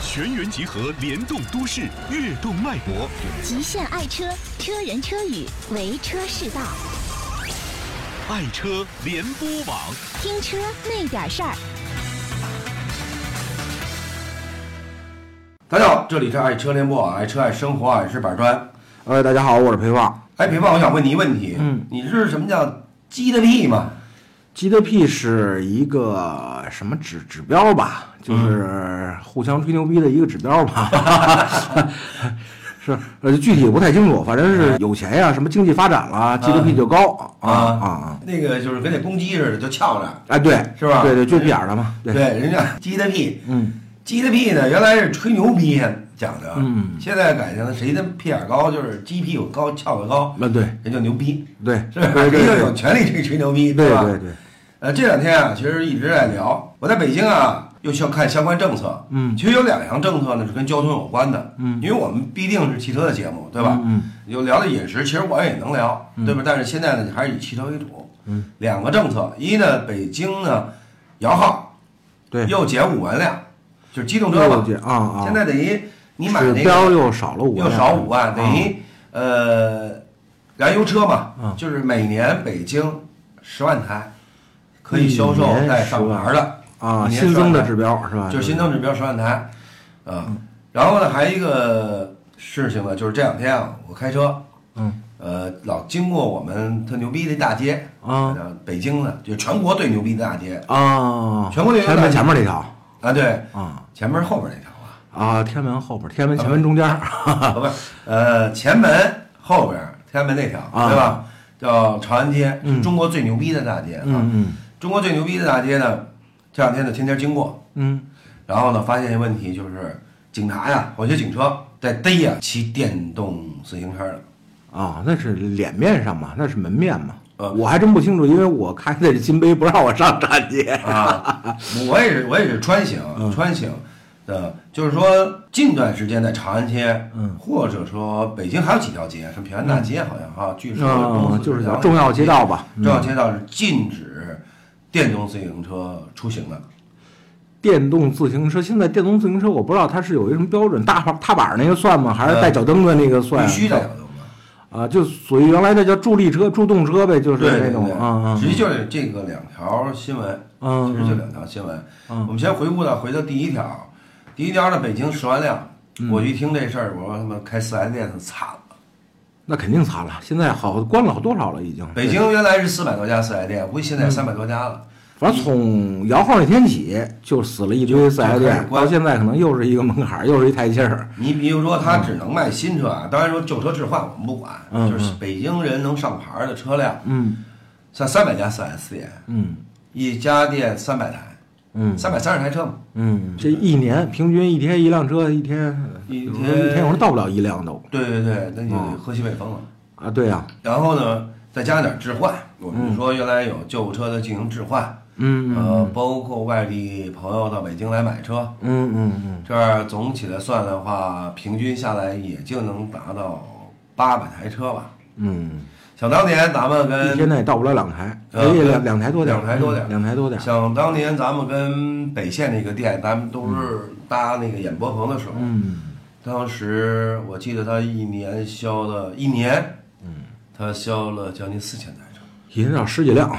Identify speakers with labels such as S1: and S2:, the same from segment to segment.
S1: 全员集合，联动都市，跃动脉搏。
S2: 极限爱车，车人车语，为车是道。
S1: 爱车联播网，
S2: 听车那点事儿。
S3: 大家好，这里是爱车联播网，爱车爱生活，爱是板砖。
S4: 哎，大家好，我是裴放。
S3: 哎，别忘，我想问你一问题，
S4: 嗯，
S3: 你是什么叫鸡的屁吗？
S4: G D P 是一个什么指指标吧？就是互相吹牛逼的一个指标吧？ 是，呃，具体不太清楚，反正
S3: 嗯
S4: 是有钱呀、什么经济发展啦，G D P 就高啊啊啊！
S3: 那个就是跟那公鸡似的，就翘着。
S4: 哎，对，
S3: 是吧
S4: 对对，就闭眼了嘛。对，
S3: 对，人家鸡的屁，
S4: 嗯，
S3: 鸡的屁呢，原来是吹牛逼讲的，
S4: 嗯，
S3: 现在改成了谁的屁眼高，就是鸡屁股高，翘得高，
S4: 那啊对
S3: 人就牛逼，
S4: 对，
S3: 是吧？
S4: 对
S3: 人
S4: 对
S3: 就有权利这吹牛逼，
S4: 对
S3: 吧？
S4: 对对，
S3: 呃，这两天啊，其实一直在聊。我在北京啊，又需要看相关政策。
S4: 嗯
S3: 其实有两项政策呢是跟交通有关的。嗯，因为我们必定是汽车的节目，对吧？
S4: 嗯
S3: 有聊的饮食，其实我也能聊，对吧？但是现在呢，还是以汽车为主。嗯，两个政策，一呢，北京呢，摇号
S4: 对，
S3: 又减五万辆，就是机动车嘛。
S4: 啊啊！
S3: 现在等于你买那
S4: 指
S3: 个
S4: 标又少了五万，
S3: 又少五万，等
S4: 啊
S3: 于、呃，燃油车嘛，
S4: 嗯
S3: 就是每年北京十万台可以销售
S4: 一年
S3: 带上
S4: 10万
S3: 牌的
S4: 啊
S3: 一年
S4: 新增
S3: 10
S4: 的
S3: 万台
S4: 指标是吧？嗯
S3: 就是新增指标十万台，啊、然后呢，还有一个事情呢，就是这两天啊，我开车，
S4: 嗯，
S3: 呃，老经过我们特牛逼的大街
S4: 啊，
S3: 北京的，就全国最牛逼的大街
S4: 啊，
S3: 全国那个
S4: 前
S3: 大
S4: 面
S3: 街
S4: 前面那条
S3: 啊，对，
S4: 啊。
S3: 前门后边那条啊，
S4: 啊，天安门后边儿，天安门前门中间儿，
S3: 啊不是，呃，前门后边天安门那条，
S4: 啊
S3: 对吧？叫长安街，是
S4: 嗯
S3: 中国最牛逼的大街啊。
S4: 嗯
S3: 中国最牛逼的大街呢，这两天呢天天经过，
S4: 嗯
S3: 然后呢发现一个问题就是，警察呀，有些警车在逮呀骑电动自行车的，
S4: 嗯，啊，那是脸面上嘛，那是门面嘛，
S3: 呃
S4: 我还真不清楚，因为我开的是金杯，不让我上站街。
S3: 啊，我也是，我也是穿行，
S4: 嗯
S3: 穿行，呃，就是说近段时间在长安街，
S4: 嗯
S3: 或者说北京还有几条街，什么平安大街好像哈，据说
S4: 嗯，
S3: 东四
S4: 就是
S3: 条
S4: 重要街道吧，
S3: 重要
S4: 嗯
S3: 街道是禁止电动自行车出行的，
S4: 电动自行车，现在电动自行车我不知道它是有一个什么标准，大踏踏板儿那个算吗？还是带脚蹬呃的那个算？
S3: 必须得有的嘛。
S4: 啊，就属于原来那叫助力车、助动车呗，就是
S3: 对
S4: 那
S3: 对
S4: 种
S3: 对，
S4: 啊啊
S3: 实际就是这个两条新闻，
S4: 嗯
S3: 其实就两条新闻。
S4: 嗯
S3: 我们先回顾到回到第一条，第一条呢，北京十万辆，
S4: 嗯
S3: 我一听这事儿，我说他妈开四 S 店的惨了。
S4: 那肯定惨了。现在好关了好多少了已经？
S3: 北京原来是四百多家四 S 店，估计现
S4: 嗯
S3: 在三百多家了。
S4: 反正从摇号那天起就死了一堆四 S
S3: 就开始
S4: 店，
S3: 关
S4: 到现在可能又是一个门槛儿，又是一台阶儿。
S3: 你比如说，他只能卖新车啊，当然说旧车置换我们不管，
S4: 嗯
S3: 就是北京人能上牌儿的车辆，
S4: 嗯
S3: 像三百家四 S 店，
S4: 嗯
S3: 一家店三百台，
S4: 嗯
S3: 三百三十台车嘛，
S4: 嗯，这一年平均一天一辆车，一天
S3: 一
S4: 有
S3: 天
S4: 时候一天有时候到不了一辆都
S3: 对对对，那就
S4: 嗯
S3: 喝西北风了。
S4: 啊。对呀、
S3: 然后呢，再加上点置换，我们说原来有旧车的进行置换，
S4: 嗯
S3: 呃，包括外地朋友到北京来买车，
S4: 嗯嗯嗯，
S3: 这儿总起来算的话，平均下来也就能达到八百台车吧。
S4: 嗯，
S3: 想当年咱们
S4: 一天
S3: 跟
S4: 内到不了两台，
S3: 呃
S4: 哎，
S3: 跟
S4: 两两台多点儿，
S3: 两台多点儿
S4: 嗯两台多点儿。
S3: 想当年咱们跟北线那个店，咱们都是搭那个演播棚的时候，
S4: 嗯
S3: 当时我记得他一年销的，一年，
S4: 嗯
S3: 他销了将近四千台车，
S4: 一天到十几辆，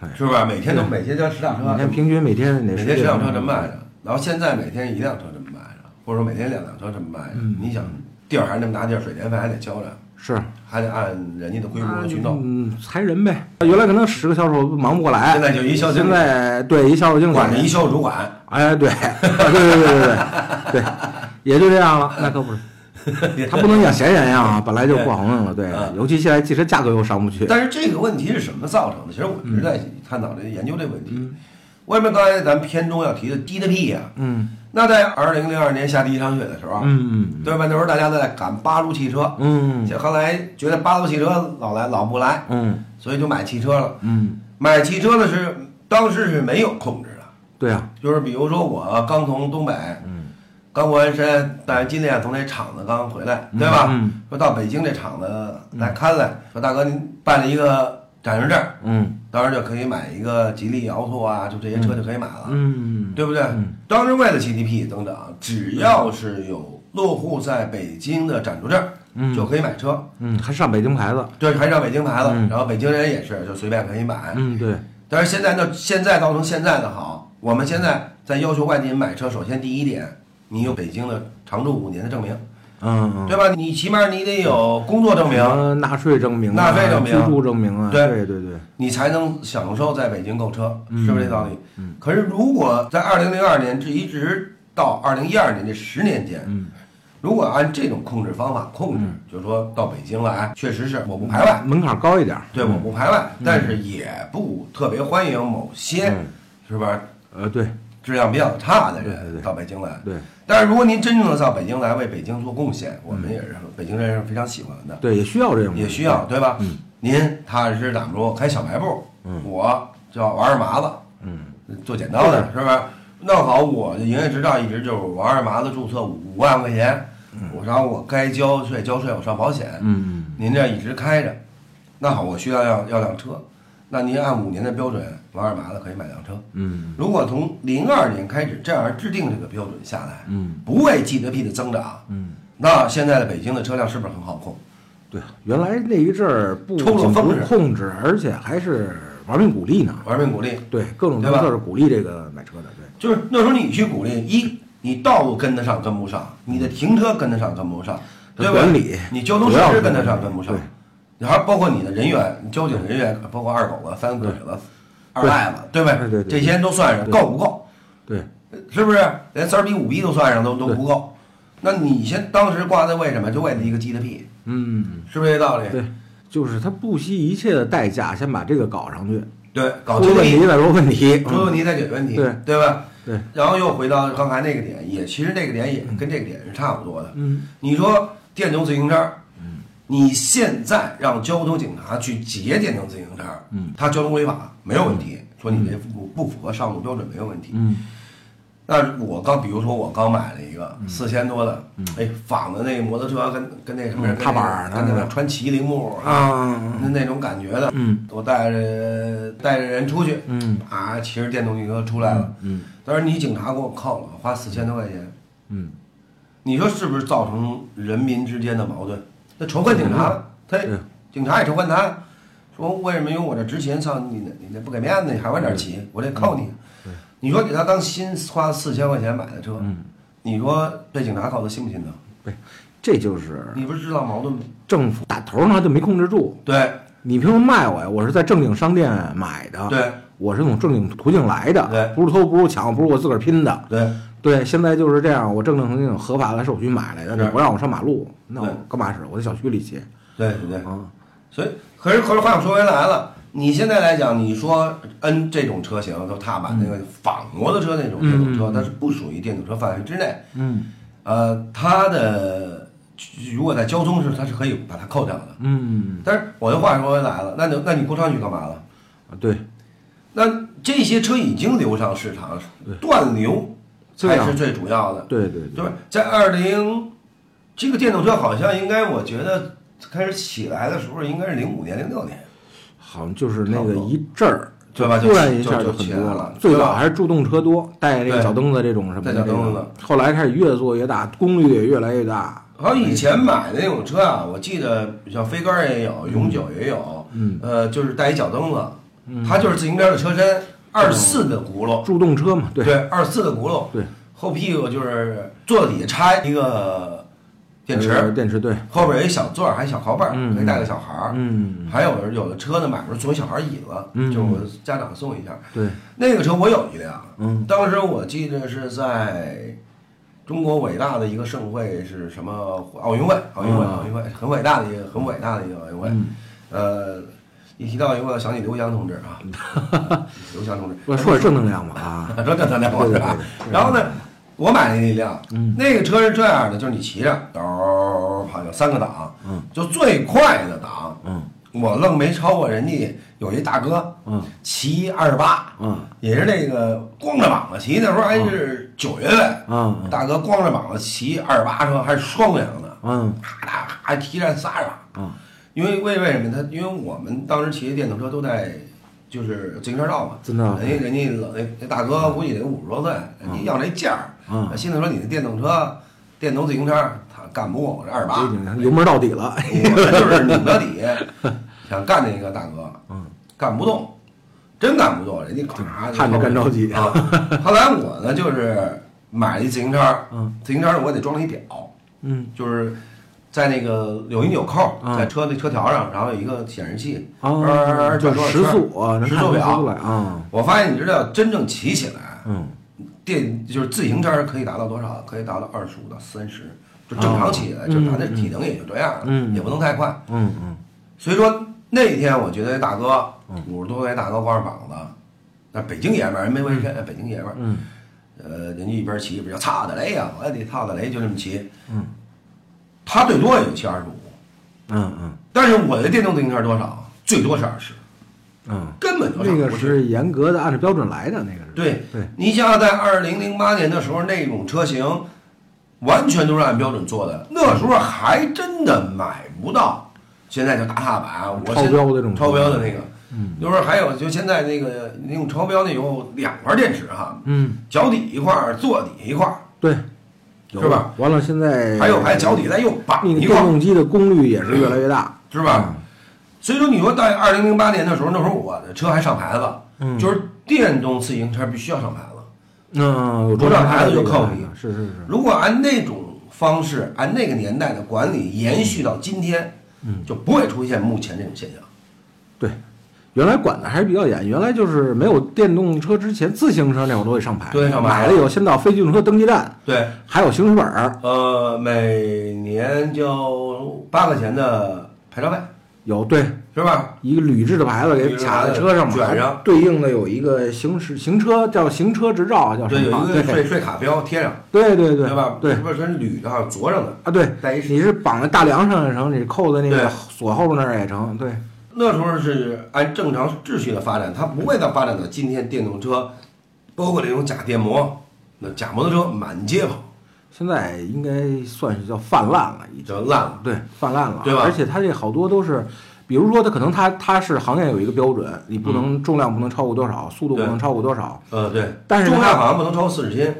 S4: 哎，
S3: 是不是？每天都每天交十辆车，
S4: 每天平均每天得
S3: 啊每
S4: 十
S3: 天
S4: 几
S3: 十辆
S4: 辆
S3: 车这么卖着，然后现在每天一辆车这么卖着，或者说每天两辆车这么卖着。
S4: 嗯
S3: 你想地儿还那么大地儿，水电费还得交着，
S4: 是。
S3: 还得按人家的规模去啊弄，
S4: 嗯，裁人呗。原来可能十个销售忙不过来，
S3: 现在就一销售
S4: 现在对一销售经理
S3: 管着一销售主管。
S4: 哎，对， 对对对对对对，也就这样了，那可不是。他不能养闲人呀，本来就不好弄了，对，尤其现在汽车价格又上不去，
S3: 嗯但是这个问题是什么造成的？其实我一直
S4: 嗯
S3: 在探讨这研究这个问题。为什么刚才咱们片中要提的低的屁呀？
S4: 嗯，
S3: 那在二零零二年下第一场雪的时候，啊
S4: 嗯嗯
S3: 对吧？那时候大家都在赶八路汽车，
S4: 嗯
S3: 就后来觉得八路汽车老来老不来，
S4: 嗯
S3: 所以就买汽车了。
S4: 嗯，
S3: 买汽车的是当时是没有控制的，
S4: 对啊，
S3: 就是比如说我刚从东北，嗯，刚过完山，但是今天啊从那厂子刚回来，对吧？
S4: 嗯
S3: 说到北京这厂子来看来，说大哥您办了一个展示证，
S4: 嗯
S3: 当时就可以买一个吉利、瑶拓啊，就这些车就可以买了，
S4: 嗯
S3: 对不对？
S4: 嗯
S3: 当时为了 GDP 等等，只要是有落户在北京的暂住证，就可以买车，
S4: 嗯，还上北京牌子，
S3: 对，还上北京牌子，然后北京人也是就随便可以买。
S4: 嗯，对，
S3: 但是现在呢，现在造成现在的好，我们现在在要求外地人买车，首先第一点，你有北京的常住五年的证明，
S4: 嗯嗯，
S3: 对吧？你起码你得有工作证
S4: 什
S3: 明，
S4: 么纳税证明啊、
S3: 纳税证明
S4: 居住证明啊，
S3: 对
S4: 对对对，
S3: 你才能享受在北京购车，是不是这道理？可是如果在二零零二年至一直到二零一二年这十年间，如果按这种控制方法控制，就是说到北京来，确实是我不排外，
S4: 门槛高一点，嗯
S3: 对，我不排外，但是也不特别欢迎某些，是吧？
S4: 呃，对
S3: 质量比较差的
S4: 对对
S3: 人
S4: 对
S3: 到北京来。
S4: 对
S3: 但是如果您真正的到北京来为北京做贡献，我们也是北京人是非常喜欢的，
S4: 嗯对，也嗯需要这种，
S3: 也需要对吧？您踏实打不住，开小卖部，
S4: 嗯
S3: 我叫玩二麻子，嗯，做剪刀的是不是？弄好我的营业执照一直就是我二麻子注册五万块钱，我然后我该交税交税，我上保险，
S4: 嗯，嗯
S3: 您这一直开着，那好，我需要要要辆车，那您按五年的标准，王二麻子可以买辆车。
S4: 嗯，
S3: 如果从零二年开始这样制定这个标准下来，
S4: 嗯，
S3: 不为 GDP 的增长，嗯，那现在的北京的车辆是不是很好控？
S4: 对，原来那一阵儿不
S3: 抽了
S4: 仅
S3: 风
S4: 不
S3: 是
S4: 控制，而且还是玩命鼓励呢，
S3: 玩命鼓励，
S4: 对，各种
S3: 嗯对
S4: 政
S3: 吧
S4: 策是鼓励这个买车的，对。
S3: 就是那时候你去鼓励，一你道路跟得上跟不上，你的停车跟得上跟不上，对吧？
S4: 管理
S3: 你交通
S4: 主
S3: 设
S4: 要
S3: 施
S4: 是
S3: 跟得
S4: 管
S3: 上
S4: 理
S3: 跟不上
S4: 对，
S3: 然后包括你的人员，你交警人员，包括二狗子、三鬼子、二赖子，对吧
S4: 对对？
S3: 这
S4: 对
S3: 些人都算上，够不够？
S4: 对，
S3: 是不是？连三儿逼五逼都算上，都都不够。那你先当时挂在为什么？就为了一个 GDP，
S4: 嗯，
S3: 是不是这道理？
S4: 对，就是他不惜一切的代价，先把这个搞上去，
S3: 对，搞
S4: 出
S3: GDP
S4: 问题再说问题，嗯
S3: 出问题再解决问题，
S4: 对
S3: 对吧？
S4: 对。
S3: 然后又回到刚才那个点，也其实这个点也跟这个点是差不多的。
S4: 嗯，
S3: 你说电动自行车，嗯，你现在让交通警察去截电动自行车，嗯，他交通违法没有问题，说你这不不符合上路标准没有问题。
S4: 嗯，
S3: 那我刚比如说我刚买了一个
S4: 嗯
S3: 四千多的，哎，仿的那摩托车跟跟那什么
S4: 嗯踏板儿
S3: 跟那
S4: 那
S3: 个
S4: 个
S3: 穿麒麟木
S4: 啊，
S3: 那那种感觉的，
S4: 嗯，
S3: 我带着带着人出去，
S4: 嗯，
S3: 啊，骑着电动汽车出来了，嗯，但是你警察给我扣了，花四千多块钱，
S4: 嗯，
S3: 你说是不是造成人民之间的矛盾？那仇恨警察了，他
S4: 嗯对
S3: 警察也仇恨他，说为什么用我这执勤？操你那你那不给面子，你还往这
S4: 嗯
S3: 儿骑，我这扣你。你说给他当新花四千块钱买的车，你说被警察扣他心不心疼？
S4: 对，这就是
S3: 你不是制造矛盾吗？
S4: 政府打头儿呢就没控制住，
S3: 对
S4: 你凭什么卖我呀？我是在正经商店买的，
S3: 对，
S4: 我是从正经途径来的，
S3: 对
S4: 不是偷，不是抢，不是我自个儿拼的，
S3: 对。
S4: 对，现在就是这样，我正正经经合法的手续买来的，
S3: 是
S4: 你不让我上马路，那我
S3: 对
S4: 干嘛使？我在小区里骑
S3: 对对对，
S4: 啊，
S3: 嗯所以可是可是话又说回来了，你现在来讲，你说 N 这种车型，就踏板那个仿摩托车那种电动车，它是不属于电动车范围之内。
S4: 嗯
S3: 呃，它的如果在交通是它是可以把它扣掉的。
S4: 嗯，
S3: 但是我的话说回来了，那就那你工商局干嘛了？
S4: 对，
S3: 那这些车已经流上市场，断流才是最主要的。
S4: 对对
S3: 对吧？在二零，这个电动车好像应该，我觉得开始起来的时候应该是零五年、零六年。
S4: 好像就是那
S3: 差不
S4: 个
S3: 多
S4: 一阵儿，
S3: 对吧就
S4: 突然一下
S3: 就就
S4: 很
S3: 起
S4: 多
S3: 来了
S4: 最
S3: 对吧
S4: 早还是助动车多，带这个
S3: 对
S4: 脚蹬子这种什么
S3: 带
S4: 的、
S3: 脚
S4: 这
S3: 蹬子
S4: 个，后来开始越做越大，功率也越来越大。
S3: 好像以前买的那种车啊，我记得像飞杆儿也有，永久也有，嗯，呃，就是带一脚蹬子，
S4: 嗯
S3: 它就是自行车的车身，二四的轱辘，
S4: 助动车嘛，对
S3: 对，二四的轱辘，
S4: 对，
S3: 后屁股就是座底下插一个电
S4: 呃
S3: 池，
S4: 电池对，
S3: 后边有一小座儿，还有小靠背儿，
S4: 嗯
S3: 可以带个小孩儿，
S4: 嗯，
S3: 还有有的车呢，买回送一小孩椅子，
S4: 嗯
S3: 就是我家长送一下。
S4: 对，
S3: 那个车我有一辆，
S4: 嗯，
S3: 当时我记得是在中国伟大的一个盛会是什么奥运会，奥运会，
S4: 嗯
S3: 奥运会，很伟大的一个很伟大的一个奥运会。呃，一提到奥运会，我想起刘翔同志 啊，刘翔同志，
S4: 我说点正能量吧啊，
S3: 说这咱俩我是吧？然后呢，我买了一辆，
S4: 嗯
S3: 那个车是这样的，就是你骑着，嗷跑有三个档，
S4: 嗯
S3: 就最快的档，我愣没超过人家有一大哥，
S4: 嗯
S3: 骑二十八，
S4: 嗯
S3: 也是那个光着膀子骑，那时候还是九月份，
S4: 嗯嗯
S3: 大哥光着膀子骑二十八车，还是双梁的，
S4: 嗯
S3: 咔咔咔提着仨人，
S4: 嗯
S3: 因为为为什么他？因为我们当时骑的电动车都带，就是自行车道嘛，
S4: 自行车道
S3: 人家人家老那那大哥估计得五十多岁，人家要那价儿，啊
S4: 嗯
S3: 心里说你那电动车、电动自行车，他干不过我这二十八，
S4: 油门到底了，
S3: 我就是拧到底，想干那个大哥，嗯，干不动，真干不动，人家咔
S4: 看着干着急
S3: 啊。后来我呢，就是买了一自行车，
S4: 嗯，
S3: 自行车上我得装了一表，
S4: 嗯
S3: 就是在那个有一纽扣，
S4: 嗯
S3: 在车那车条上，然后有一个显示器，
S4: 啊，
S3: 转
S4: 就
S3: 多少
S4: 时
S3: 圈
S4: 速啊，能
S3: 时
S4: 看
S3: 速
S4: 出
S3: 表
S4: 来啊，
S3: 我发现你知道，真正骑起来，
S4: 嗯，
S3: 电就是自行车可以达到多少？可以达到二十五到三十，就
S4: 哦
S3: 正常骑起来，就咱的体能也就这样了，
S4: 嗯
S3: 也不能太快。
S4: 嗯嗯
S3: 所以说那天我觉得大哥五十多岁大哥光着膀子，那北京爷们儿人没纹身，北京爷们儿，
S4: 嗯
S3: 呃，人家一边骑一边叫操的雷呀，我得操的雷，就这么骑。嗯，他最多也就骑二十五，
S4: 嗯嗯
S3: 但是我的电动自行车多少？最多是二十，
S4: 嗯，
S3: 根本就上
S4: 那个
S3: 不去
S4: 是严格的按照标准来的，那个是
S3: 对
S4: 对，
S3: 你想想，在二零零八年的时候，那种车型完全都是按标准做的，那时候还真的买不到。现在就大踏板，我
S4: 超
S3: 现
S4: 标的那种嗯
S3: 超标的那个，就是还有就现在那个那种超标那有两块电池哈，
S4: 嗯
S3: 脚底一块儿，坐底一块儿，
S4: 对，
S3: 是
S4: 有
S3: 吧？
S4: 完了，现在
S3: 还有还脚底再用
S4: 那
S3: 绑
S4: 个
S3: 一
S4: 电
S3: 块儿，
S4: 动嗯机的功率也是越来越大，
S3: 是吧？所以说，你说在二零零八年的时候，那时候我的车还上牌子，
S4: 嗯
S3: 就是电动自行车必须要上牌子。
S4: 嗯，有
S3: 不让孩子就扣你
S4: 是是是，
S3: 如果按那种方式，按那个年代的管理延续到今天，
S4: 嗯
S3: 就不会出现目前这种现象。
S4: 对。原来管的还是比较严，原来就是没有电动车之前，自行车那会儿都得上牌，
S3: 都得上牌
S4: 买了以后先到非机动车登记站，
S3: 对，
S4: 还有行驶本儿，
S3: 呃，每年交八块钱的牌照费，
S4: 有对
S3: 是吧？
S4: 一个铝制的牌子给卡在车上
S3: 铝
S4: 嘛，
S3: 制的牌子卷上
S4: 对应的有一个行驶行车叫行车执照叫什
S3: 啊对，有
S4: 么？
S3: 一个税税卡标贴上，
S4: 对对对
S3: 对吧？
S4: 对
S3: 是不是跟铝的好像镯上的？
S4: 啊对
S3: 带一，
S4: 你是绑在大梁上也成，你扣在那
S3: 对
S4: 个锁后边那儿也成，对
S3: 那时候是按正常秩序的发展，它不会再发展到今天电动车，包括这种假电摩，那假摩托车满街跑，
S4: 现在应该算是叫泛滥了，已经
S3: 就烂了。
S4: 对泛滥了，
S3: 对吧
S4: 而且它这好多都是，比如说它可能它它是行业有一个标准，你不能重量不能超过多少，速度
S3: 嗯
S4: 不
S3: 对
S4: 能超过多少，
S3: 呃，对，
S4: 但是
S3: 重
S4: 它
S3: 量好像不能超过四十斤，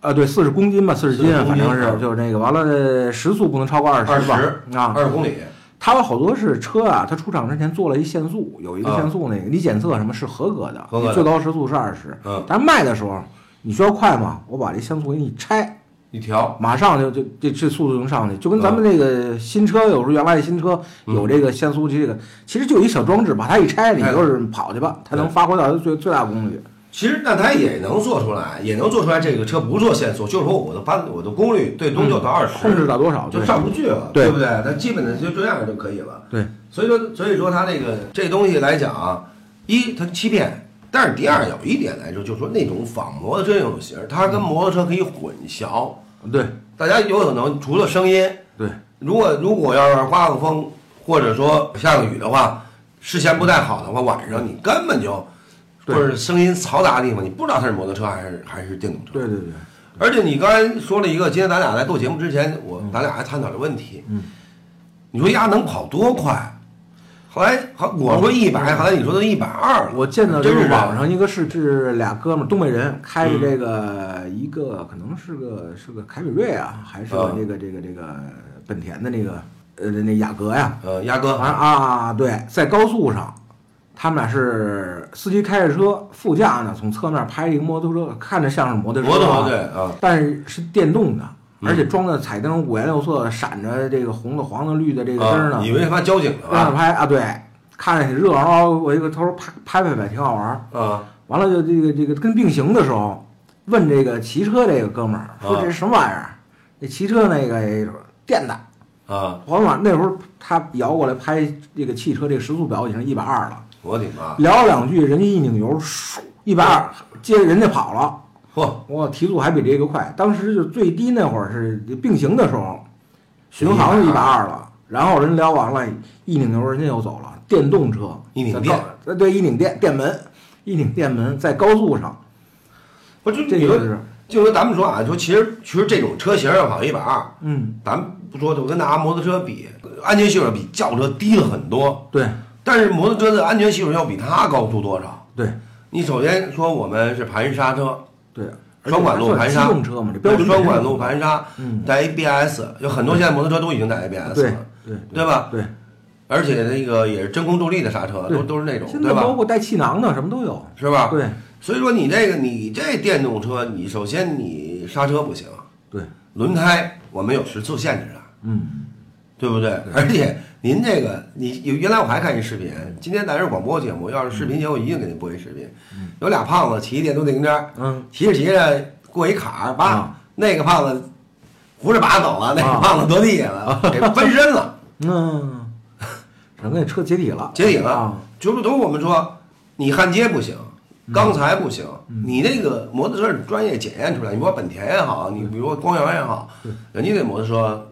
S4: 啊对，四十公斤吧，四十斤啊
S3: 40
S4: 反
S3: 公斤嗯
S4: 正是就是那个完了时速不能超过二
S3: 二
S4: 吧
S3: 十
S4: 啊
S3: 二十公里。
S4: 它有好多是车啊，它出厂之前做了一限速，有一个
S3: 啊
S4: 限速那个，你检测什么是合格的，
S3: 合格的
S4: 你最高时速是二十。
S3: 嗯
S4: 但是卖的时候你需要快吗？我把这限速给你拆，
S3: 一条，
S4: 马上就就这这速度就能上去，就跟咱们那个新车，有时候原来的新车有这个限速器的，其实就有一小装置，把它一拆，你
S3: 哎
S4: 就是跑去吧，它能
S3: 对
S4: 发挥到它最最大功率。
S3: 其实那它也能做出来，也能做出来。这个车不做限速，就是说我的搬我的功率最多就到二十、
S4: 控制嗯到多少？
S3: 就
S4: 对
S3: 上不去了，
S4: 对
S3: 不对？它基本的就这样就可以了。
S4: 对，
S3: 所以说，所以说它这个这东西来讲啊，一它欺骗，但是第二有一点来说，就是说那种仿摩托车这种型儿，它
S4: 嗯
S3: 跟摩托车可以混淆。
S4: 对
S3: 大家有可能除了声音，
S4: 对，
S3: 如果如果要是刮个风，或者说下个雨的话，视线不太好的话，晚上你根本就，或
S4: 对
S3: 者声音嘈杂的地方，你不知道它是摩托车还是还是电动车。
S4: 对对对，
S3: 而且你刚才说了一个，今天咱俩在做节目之前，我咱俩还探讨了问题。
S4: 嗯，
S3: 你说鸭能跑多快？后来后我说一百，后来你说都一百二，
S4: 哦嗯我见到就
S3: 真
S4: 是
S3: 是
S4: 网上一个是是俩哥们儿，东北人开着这个一个可能是个是个凯美瑞嗯啊，还是个
S3: 嗯
S4: 这个这个这个本田的那个呃那雅阁呀，
S3: 呃鸭哥
S4: 好像啊对，在高速上，他们俩是司机开着车，副驾呢从侧面拍一个摩托车，看着像是摩托车啊，
S3: 摩托对啊，
S4: 但是是电动的，
S3: 嗯
S4: 而且装的彩灯五颜六色的，闪着这个红的、黄的、绿的这个灯儿
S3: 啊
S4: 呢，
S3: 以为他妈交警呢
S4: 让着
S3: 吧？
S4: 拍啊对，看着挺热闹，我一个头拍拍拍拍，挺好玩儿。
S3: 啊，
S4: 完了就这个这个跟并行的时候，问这个骑车这个哥们儿说
S3: 啊
S4: 这是什么玩意儿？那骑车那个电的，
S3: 啊，
S4: 往往那时候他摇过来拍这个汽车这个时速表已经一百二了，
S3: 我的妈！
S4: 聊了两句，人家一拧油，唰一百二，接着人家跑了，
S3: 嚯，
S4: 我提速还比这个快。当时就最低那会儿是并行的时候，巡航是一百二
S3: 哎
S4: 了。然后人聊完了，一拧油，人家又走了。电动车
S3: 一拧
S4: 在
S3: 电
S4: 高，呃对，一拧电电门，一拧电门在高速上，
S3: 不就
S4: 这
S3: 你
S4: 个
S3: 说
S4: 就是，
S3: 就说咱们说啊，就其实其实这种车型要跑一百二，
S4: 嗯，
S3: 咱们不说，就跟拿摩托车比，安全系数比轿车低了很多。
S4: 对，
S3: 但是摩托车的安全系数要比它高出多少？
S4: 对
S3: 你首先说我们是盘刹车，
S4: 对，而且
S3: 双管路
S4: 还
S3: 盘刹，
S4: 算机动车嘛，这标准
S3: 双管路盘刹
S4: 嗯
S3: 带 ABS，有很多现在摩托车都已经带 ABS
S4: 对
S3: 了，
S4: 对
S3: 对吧？
S4: 对，
S3: 而且那个也是真空助力的刹车，
S4: 对
S3: 都都是那种，
S4: 现
S3: 对
S4: 在包
S3: 吧？
S4: 括带气囊的什么都有，
S3: 是吧？。
S4: 对
S3: 所以说你这个你这电动车，你首先你刹车不行，
S4: 对，
S3: 轮胎我们有时速限制的，啊
S4: 嗯，
S3: 对不对？而且您这个，你有原来我还看一视频，今天咱是广播节目，要是视频节目一定给您播一视频。有俩胖子骑电动自行车，
S4: 嗯，
S3: 骑着骑着过一坎儿，叭
S4: 啊，
S3: 那个胖子扶着把走了，那个
S4: 啊
S3: 胖子得地下 了，给翻身了，
S4: 那整个车解体了，
S3: 解体了
S4: 啊，。
S3: 就是都我们说，你焊接不行。钢材不行，你那个摩托车是专业检验出来。你说本田也好，你比如说光阳也好，人家那摩托车，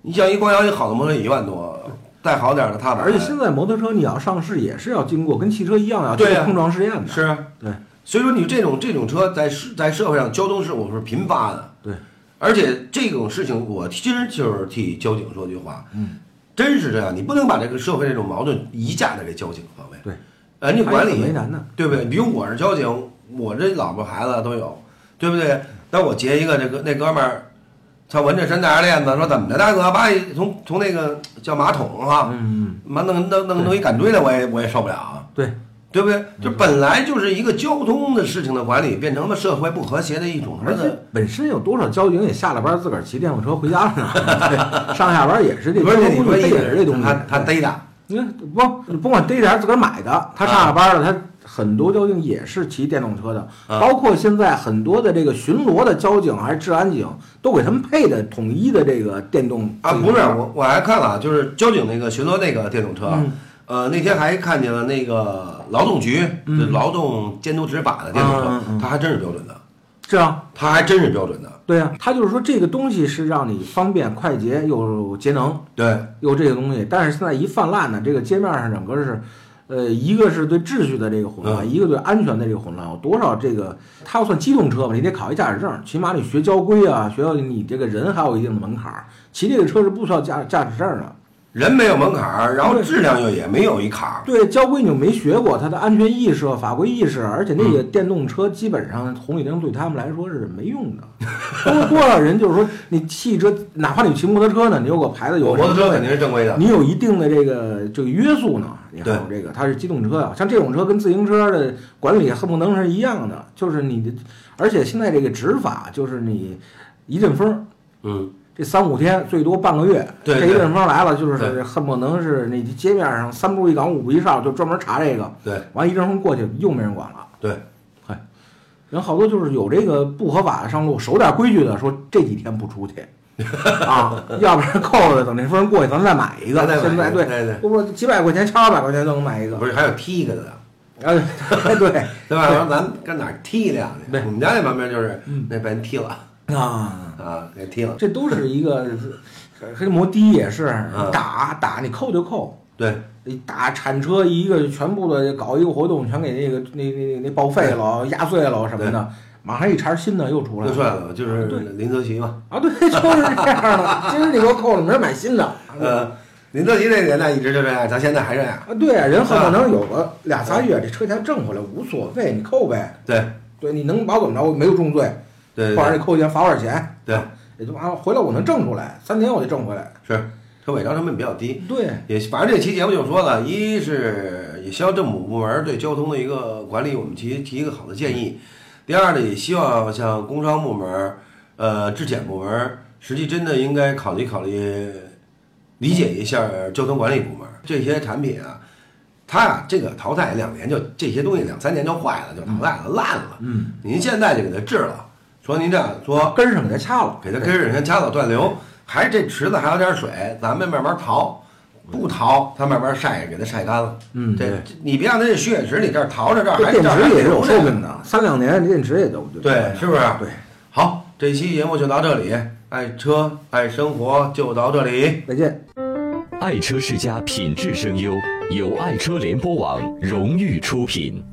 S3: 你像一光阳一好的摩托车也一万多，再好点儿的踏板，
S4: 而且现在摩托车你要上市也是要经过跟汽车一样要经
S3: 对
S4: 过
S3: 啊
S4: 碰撞试验的，
S3: 是啊，
S4: 对
S3: 所以说你这种这种车在社在社会上交通事故是频发的，
S4: 对，
S3: 而且这种事情我其实就是替交警说句话，
S4: 嗯，
S3: 真是这样，你不能把这个社会这种矛盾移嫁在这交警方面，
S4: 对，
S3: 人家管理
S4: 还是很为难的，
S3: 对不对？比如我是交警，我这老婆孩子都有，对不对？那我截一个这个那哥们儿，他纹着身带着链子，说怎么的，大哥，把你从从那个叫马桶哈、
S4: 嗯，
S3: 妈弄弄弄弄一杆锥来，我也我也受不了啊。
S4: 对，
S3: 对不对？就本来就是一个交通的事情的管理，变成了社会不和谐的一种什
S4: 而
S3: 么
S4: 且
S3: 的。
S4: 本身有多少交警也下了班自个儿骑电动车回家了呢？ 对，上下班也是这，
S3: 不是
S4: 交
S3: 你
S4: 通
S3: 说
S4: 工具
S3: 一
S4: 这也是这东西，
S3: 他他逮的，
S4: 你看，不，你甭管逮点自个儿买的，他上下班了，他很多交警也是骑电动车的，
S3: 啊
S4: 包括现在很多的这个巡逻的交警还是治安警，都给他们配的统一的这个电动
S3: 啊，
S4: 自行
S3: 不
S4: 车
S3: 是我我还看了啊，就是交警那个巡逻那个电动车，
S4: 嗯
S3: 呃，那天还看见了那个劳动局、就劳动监督执法的电动车，
S4: 嗯嗯嗯
S3: 它还真是标准的，
S4: 是啊，
S3: 它还真是标准的，
S4: 对啊，他就是说这个东西是让你方便快捷又节能，
S3: 对
S4: 有这个东西，但是现在一泛滥呢，这个街面上整个是，呃，一个是对秩序的这个混乱，
S3: 嗯
S4: 一个对安全的这个混乱，有多少这个，它要算机动车吧，你得考一驾驶证，起码你学交规啊，学到你这个人还有一定的门槛儿，骑这个车是不需要驾驾驶证的。
S3: 人没有门槛儿，然后
S4: 对
S3: 质量又也没有一坎儿，
S4: 对，交规你又没学过，它的安全意识、法规意识，而且那
S3: 嗯
S4: 个电动车基本上红绿灯对他们来说是没用的。 多多少人就是说，你汽车，哪怕你骑摩托车呢，你有个牌子，有
S3: 我
S4: 个
S3: 摩托
S4: 什么
S3: 车
S4: 东西
S3: 肯定是正规的，
S4: 你有一定的这个这个约束呢，你还
S3: 对
S4: 有这个它是机动车啊，像这种车跟自行车的管理恨不能是一样的，就是你的，而且现在这个执法就是你一阵风，
S3: 嗯，
S4: 这三五天最多半个月，
S3: 对
S4: 这
S3: 对
S4: 一阵风来了就
S3: 对
S4: 是恨不能是你街面上三步一岗五步一哨就专门查这个，
S3: 对
S4: 完一阵风过去又没人管了。
S3: 对，
S4: 哎人好多就是有这个不合法的上路，守点规矩的说这几天不出去啊，要不然扣了，等那风过去咱再买一个
S3: 咱再。买
S4: 现在
S3: 一个哎
S4: 对
S3: 对对
S4: 不不几百块钱，千二百块钱都能买一个。
S3: 不是还有踢一个的。
S4: 啊，对
S3: 对吧？然后咱跟哪儿踢两去
S4: 对？嗯
S3: 我们家那旁边就是那被人踢了
S4: 对啊，
S3: 啊，给踢了。
S4: 这都是一个，黑摩的也是
S3: 嗯
S4: 打打你扣就扣，
S3: 对，
S4: 你打铲车一个全部的搞一个活动全给那个那那那那报废了、压碎了什么
S3: 对
S4: 的，马上一查新的又出来
S3: 又
S4: 了。
S3: 帅了，就是
S4: 啊对
S3: 林则徐嘛。
S4: 啊，对，就是这样的。今儿你给我扣了，明儿买新的。
S3: 呃，林则徐那年代一直就这样，咱现在还这样。
S4: 啊，对啊，人恨不能有个俩仨月，这车钱挣回来无所谓，你扣呗。
S3: 对
S4: 对，你能把我怎么着？我没有重罪，
S3: 对
S4: 或者
S3: 对
S4: 你扣钱罚我点钱，
S3: 对，
S4: 也就完了。回来我能挣出来，三年我就挣回来。
S3: 是车违章成本比较低。
S4: 对，
S3: 也反正这期节目就说了，一是也希望政府部门对交通的一个管理，我们提提一个好的建
S4: 嗯
S3: 议；第二呢，也希望像工商部门、呃质检部门，实际真的应该考虑考虑，理解一下交通管理部门这些产品啊，它啊这个淘汰两年就这些东西两三年就坏了，就淘汰了，烂了。
S4: 嗯，
S3: 您现在就给它治了，说您这样说
S4: 根儿上给它掐了，
S3: 给它根儿先掐走断流，还是这池子还有点水，咱们慢慢淘，不淘它慢慢晒，给它晒干了。
S4: 嗯
S3: 这
S4: 对
S3: 这你别让它这血液池里这儿淘着这儿
S4: 这
S3: 还
S4: 电
S3: 这儿还
S4: 池也是
S3: 流
S4: 有
S3: 着
S4: 寿命的，三两年电池也都
S3: 对，是不是？
S4: 对，
S3: 好，这期节目就到这里，爱车爱生活就到这里。
S4: 再见。
S1: 爱车世家品质声优，由爱车联播网荣誉出品。